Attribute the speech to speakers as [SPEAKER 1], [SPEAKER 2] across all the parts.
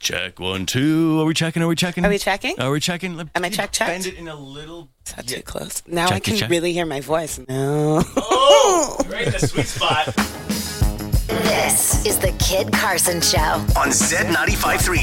[SPEAKER 1] Check one, two. Are we checking? Are we checking?
[SPEAKER 2] Are we checking?
[SPEAKER 1] Are we checking? Let-
[SPEAKER 2] Am I
[SPEAKER 1] you
[SPEAKER 2] check, checked?
[SPEAKER 1] Bend it in a little.
[SPEAKER 2] Is that too close? Now I
[SPEAKER 1] Check,
[SPEAKER 2] can
[SPEAKER 1] check.
[SPEAKER 2] really hear my voice. No.
[SPEAKER 1] Oh, right in the sweet spot.
[SPEAKER 3] This is the Kid Carson Show.
[SPEAKER 4] on Z95.3.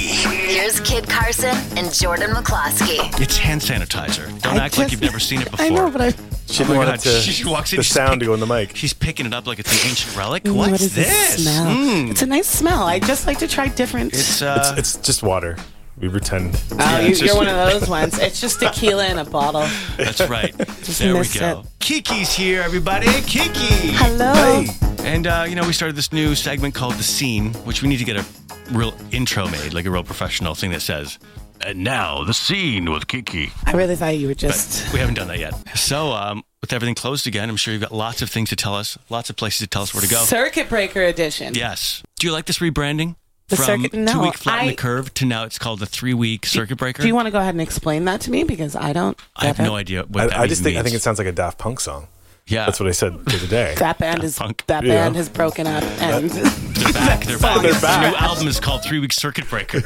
[SPEAKER 3] Here's Kid Carson and Jordan McCloskey.
[SPEAKER 1] It's hand sanitizer. Don't
[SPEAKER 2] I
[SPEAKER 1] act like
[SPEAKER 2] just-
[SPEAKER 1] you've never seen it before.
[SPEAKER 2] I know, but I.
[SPEAKER 5] She
[SPEAKER 1] Oh
[SPEAKER 5] didn't
[SPEAKER 1] my
[SPEAKER 5] want
[SPEAKER 1] God,
[SPEAKER 5] it to,
[SPEAKER 1] she- she walks in,
[SPEAKER 5] the
[SPEAKER 1] she's
[SPEAKER 5] sound
[SPEAKER 1] pick-
[SPEAKER 5] to go in the mic.
[SPEAKER 1] She's picking it up like it's an ancient relic.
[SPEAKER 2] Mm,
[SPEAKER 1] What's
[SPEAKER 2] what is
[SPEAKER 1] this?
[SPEAKER 2] smell?
[SPEAKER 1] Mm.
[SPEAKER 2] It's a nice smell. I just like to try different.
[SPEAKER 1] It's uh,
[SPEAKER 5] It's just water. We pretend.
[SPEAKER 2] oh, you,
[SPEAKER 5] it's
[SPEAKER 2] you're
[SPEAKER 5] just-
[SPEAKER 2] one of those ones. It's just tequila in a bottle.
[SPEAKER 1] that's right. there we
[SPEAKER 2] missed
[SPEAKER 1] go. Kiki's here, everybody. Kiki.
[SPEAKER 2] Hello.
[SPEAKER 1] And uh, you know, we started this new segment called the scene, which we need to get a real intro made, like a real professional thing that says, "And now the scene with Kiki."
[SPEAKER 2] I really thought you were just.
[SPEAKER 1] We haven't done that yet. So, um, with everything closed again, I'm sure you've got lots of things to tell us, lots of places to tell us where to go.
[SPEAKER 2] Circuit breaker edition.
[SPEAKER 1] Yes. Do you like this rebranding?
[SPEAKER 2] The
[SPEAKER 1] From
[SPEAKER 2] circuit- no,
[SPEAKER 1] two week flatten the
[SPEAKER 2] I-
[SPEAKER 1] curve to now it's called the three week circuit breaker.
[SPEAKER 2] Do you want to go ahead and explain that to me because I don't.
[SPEAKER 1] I have
[SPEAKER 2] that-
[SPEAKER 1] no idea what that
[SPEAKER 5] I, I just think
[SPEAKER 1] means.
[SPEAKER 5] I think it sounds like a Daft Punk song.
[SPEAKER 1] yeah.
[SPEAKER 5] That's what I said the other day.
[SPEAKER 2] That band is
[SPEAKER 1] Punk.
[SPEAKER 2] that
[SPEAKER 5] Yeah.
[SPEAKER 2] band has broken up and
[SPEAKER 1] They're back. They're back.
[SPEAKER 2] song is
[SPEAKER 1] The new
[SPEAKER 2] back.
[SPEAKER 1] album is called Three Week Circuit Breaker.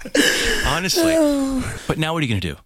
[SPEAKER 1] Honestly. But now what are you going to do?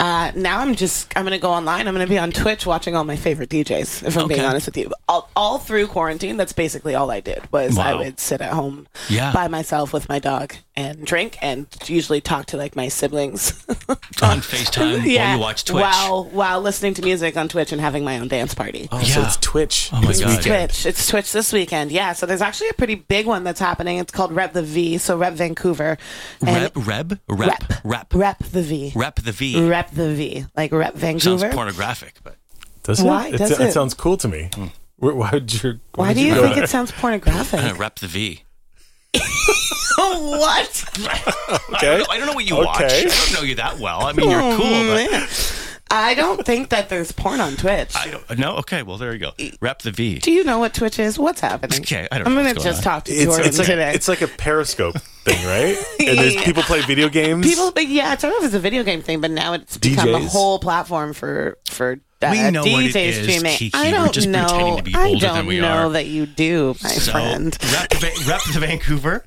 [SPEAKER 2] uh, now I'm just I'm gonna go online. I'm gonna be on Twitch watching all my favorite DJs. If I'm being
[SPEAKER 1] Okay.
[SPEAKER 2] honest with you, all, all through quarantine, that's basically all I did was I
[SPEAKER 1] Wow.
[SPEAKER 2] would sit at home
[SPEAKER 1] Yeah.
[SPEAKER 2] by myself with my dog and drink and usually talk to like my siblings
[SPEAKER 1] On FaceTime Um, while you watch Twitch.
[SPEAKER 2] while while listening to music on Twitch and having my own dance party.
[SPEAKER 5] Oh, so
[SPEAKER 1] Yeah.
[SPEAKER 5] it's Twitch.
[SPEAKER 1] Oh my
[SPEAKER 5] this
[SPEAKER 1] God.
[SPEAKER 5] Weekend.
[SPEAKER 2] Twitch. It's Twitch this weekend. Yeah. So there's actually a pretty big one that's happening. It's called Rep the V. So Rep Vancouver.
[SPEAKER 1] Rep, reb, rep,
[SPEAKER 2] Rep.
[SPEAKER 1] rep, rep,
[SPEAKER 2] Rep the V.
[SPEAKER 1] the V.
[SPEAKER 2] Rep the V. Like Rep
[SPEAKER 1] Sounds
[SPEAKER 2] Vancouver.
[SPEAKER 1] pornographic, but
[SPEAKER 5] Does
[SPEAKER 2] Why
[SPEAKER 5] it? It,
[SPEAKER 2] does
[SPEAKER 5] it
[SPEAKER 2] it?
[SPEAKER 5] sounds cool to me. Why, why would you?
[SPEAKER 2] Why
[SPEAKER 5] would
[SPEAKER 2] do you
[SPEAKER 5] go
[SPEAKER 2] think
[SPEAKER 5] there?
[SPEAKER 2] it sounds
[SPEAKER 1] uh,
[SPEAKER 2] pornographic?
[SPEAKER 1] rep the V.
[SPEAKER 2] what?
[SPEAKER 1] I
[SPEAKER 5] Okay.
[SPEAKER 1] don't, know- I don't know what you
[SPEAKER 5] Okay.
[SPEAKER 1] watch. I don't know you that well. I mean, you're
[SPEAKER 2] Oh.
[SPEAKER 1] cool, but
[SPEAKER 2] Man. I don't think that there's porn on Twitch.
[SPEAKER 1] I don't. uh, No, okay. Well, there you go. Rep the V.
[SPEAKER 2] do you know what Twitch is? What's happening?
[SPEAKER 1] Okay, I don't
[SPEAKER 2] I'm
[SPEAKER 1] know
[SPEAKER 2] gonna
[SPEAKER 1] what's going
[SPEAKER 2] just
[SPEAKER 1] on.
[SPEAKER 2] talk to
[SPEAKER 5] It's,
[SPEAKER 2] Jordan
[SPEAKER 5] it's like
[SPEAKER 2] today.
[SPEAKER 5] it's like a Periscope thing, right? And there's people play video games.
[SPEAKER 2] People, but yeah, I don't know if it's a video game thing, but now it's become a
[SPEAKER 5] DJs.
[SPEAKER 2] whole platform for for uh,
[SPEAKER 1] We know
[SPEAKER 2] DJ
[SPEAKER 1] what it is,
[SPEAKER 2] streaming.
[SPEAKER 1] Kiki.
[SPEAKER 2] I
[SPEAKER 1] We're
[SPEAKER 2] don't
[SPEAKER 1] just
[SPEAKER 2] know.
[SPEAKER 1] pretending to be
[SPEAKER 2] I
[SPEAKER 1] older
[SPEAKER 2] don't
[SPEAKER 1] than we
[SPEAKER 2] know
[SPEAKER 1] are.
[SPEAKER 2] that you do, my
[SPEAKER 1] so,
[SPEAKER 2] friend.
[SPEAKER 1] Rep, the Va- rep the Vancouver.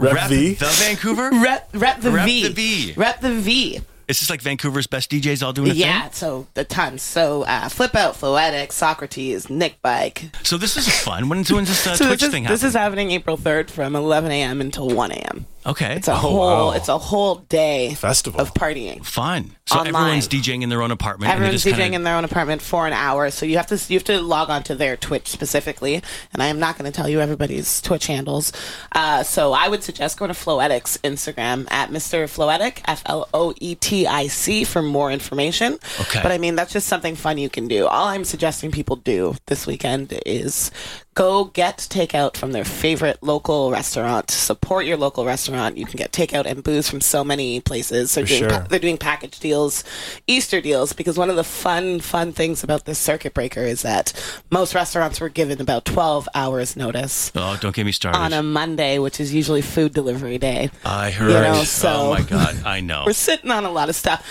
[SPEAKER 5] Rep V.
[SPEAKER 1] the Vancouver.
[SPEAKER 2] Rep, rep the
[SPEAKER 1] Rep
[SPEAKER 2] V.
[SPEAKER 1] the V.
[SPEAKER 2] Rep the V.
[SPEAKER 1] Is this like Vancouver's best DJs all doing a
[SPEAKER 2] Yeah,
[SPEAKER 1] thing?
[SPEAKER 2] so the tons. So uh, Flip Out, Floetic, Socrates, Nick Bike.
[SPEAKER 1] So this is fun. When's, when's this uh,
[SPEAKER 2] So
[SPEAKER 1] Twitch
[SPEAKER 2] this, is,
[SPEAKER 1] thing
[SPEAKER 2] this
[SPEAKER 1] happen?
[SPEAKER 2] is happening April 3rd from 11 a.m. until 1 a.m.
[SPEAKER 1] okay.
[SPEAKER 2] It's a whole
[SPEAKER 5] wow.
[SPEAKER 2] it's a whole day
[SPEAKER 5] Festival.
[SPEAKER 2] of partying.
[SPEAKER 1] Fun. So
[SPEAKER 2] Online.
[SPEAKER 1] everyone's DJing in their own apartment. and they
[SPEAKER 2] Everyone's
[SPEAKER 1] just
[SPEAKER 2] DJing
[SPEAKER 1] kinda-
[SPEAKER 2] in their own apartment for an hour, so you have to you have to log on to their Twitch specifically. And I am not going to tell you everybody's Twitch handles. Uh, so I would suggest going to Floetic's Instagram at Mr. Floetic F L O E T I C for more information.
[SPEAKER 1] Okay.
[SPEAKER 2] But I mean that's just something fun you can do. All I'm suggesting people do this weekend is go get takeout from their favorite local restaurant. Support your local restaurant. You can get takeout and booze from so many places. They're
[SPEAKER 5] For
[SPEAKER 2] doing
[SPEAKER 5] sure.
[SPEAKER 2] pa- they're doing package deals, Easter deals, because one of the fun, fun things about this circuit breaker is that most restaurants were given about 12 hours notice
[SPEAKER 1] Oh, don't get me started.
[SPEAKER 2] on a Monday, which is usually food delivery day.
[SPEAKER 1] I heard.
[SPEAKER 2] know,
[SPEAKER 1] oh
[SPEAKER 2] so-
[SPEAKER 1] my god, I know.
[SPEAKER 2] We're sitting on a lot of stuff.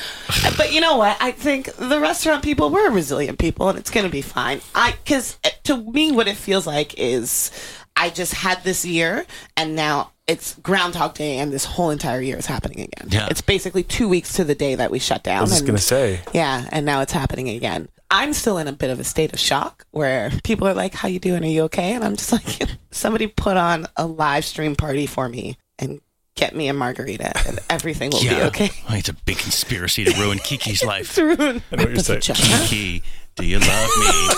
[SPEAKER 2] but you know what? I think the restaurant people, we're resilient people and it's going to be fine. I, cause uh, to me, what it feels like is I just had this year and now it's Groundhog Day and this whole entire year is happening again.
[SPEAKER 1] Yeah.
[SPEAKER 2] It's basically two weeks to the day that we shut down.
[SPEAKER 5] I was just
[SPEAKER 2] and-
[SPEAKER 5] gonna say.
[SPEAKER 2] Yeah. And now it's happening again. I'm still in a bit of a state of shock where people are like, how you doing? Are you okay? And I'm just like, somebody put on a live stream party for me and get me a margarita and everything will be
[SPEAKER 1] yeah.
[SPEAKER 2] okay.
[SPEAKER 1] Oh, it's a big conspiracy to ruin Kiki's life.
[SPEAKER 5] I know what you're saying.
[SPEAKER 1] Kiki, do you love me?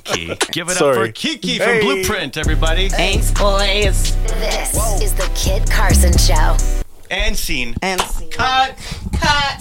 [SPEAKER 1] Kiki. Give it up for
[SPEAKER 5] Sorry.
[SPEAKER 1] Kiki from
[SPEAKER 5] Hey.
[SPEAKER 1] Blueprint, everybody.
[SPEAKER 2] Thanks, boys.
[SPEAKER 3] This is the Kid Carson Show.
[SPEAKER 1] And scene.
[SPEAKER 2] And see.
[SPEAKER 1] Cut.
[SPEAKER 2] Cut.